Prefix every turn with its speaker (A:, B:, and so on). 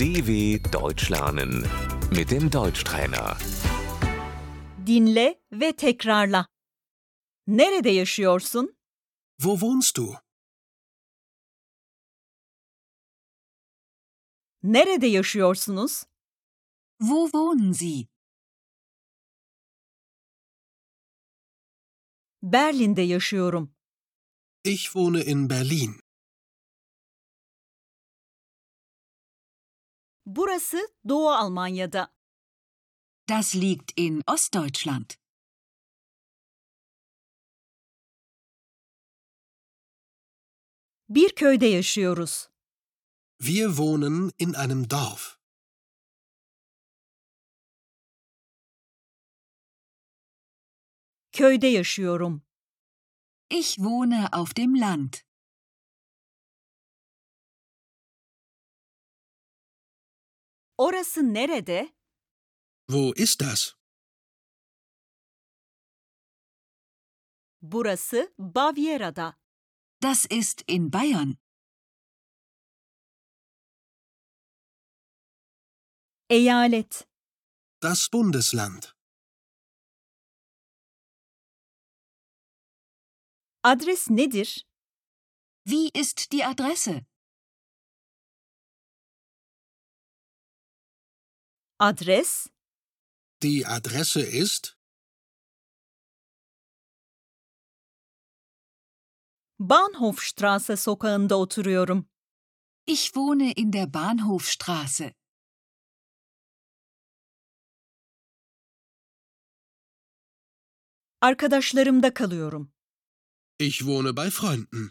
A: DW Deutsch lernen mit dem Deutschtrainer.
B: Dinle ve tekrarla. Nerede yaşıyorsun?
C: Wo wohnst du?
B: Nerede yaşıyorsunuz?
D: Wo wohnen Sie?
B: Berlin'de yaşıyorum.
C: Ich wohne in Berlin.
B: Burası Doğu Almanya'da.
D: Das liegt in Ostdeutschland.
B: Bir köyde yaşıyoruz.
C: Wir wohnen in einem Dorf.
B: Köyde yaşıyorum.
D: Ich wohne auf dem Land.
B: Orası nerede?
C: Wo ist das?
B: Burası Bavyera'da.
D: Das ist in Bayern.
B: Eyalet.
C: Das Bundesland.
B: Adres nedir?
D: Wie ist die Adresse?
B: Adres
C: Die Adresse ist
B: Bahnhofstrasse sokağında oturuyorum.
D: Ich wohne in der Bahnhofstraße.
B: Arkadaşlarımda kalıyorum.
C: Ich wohne bei Freunden.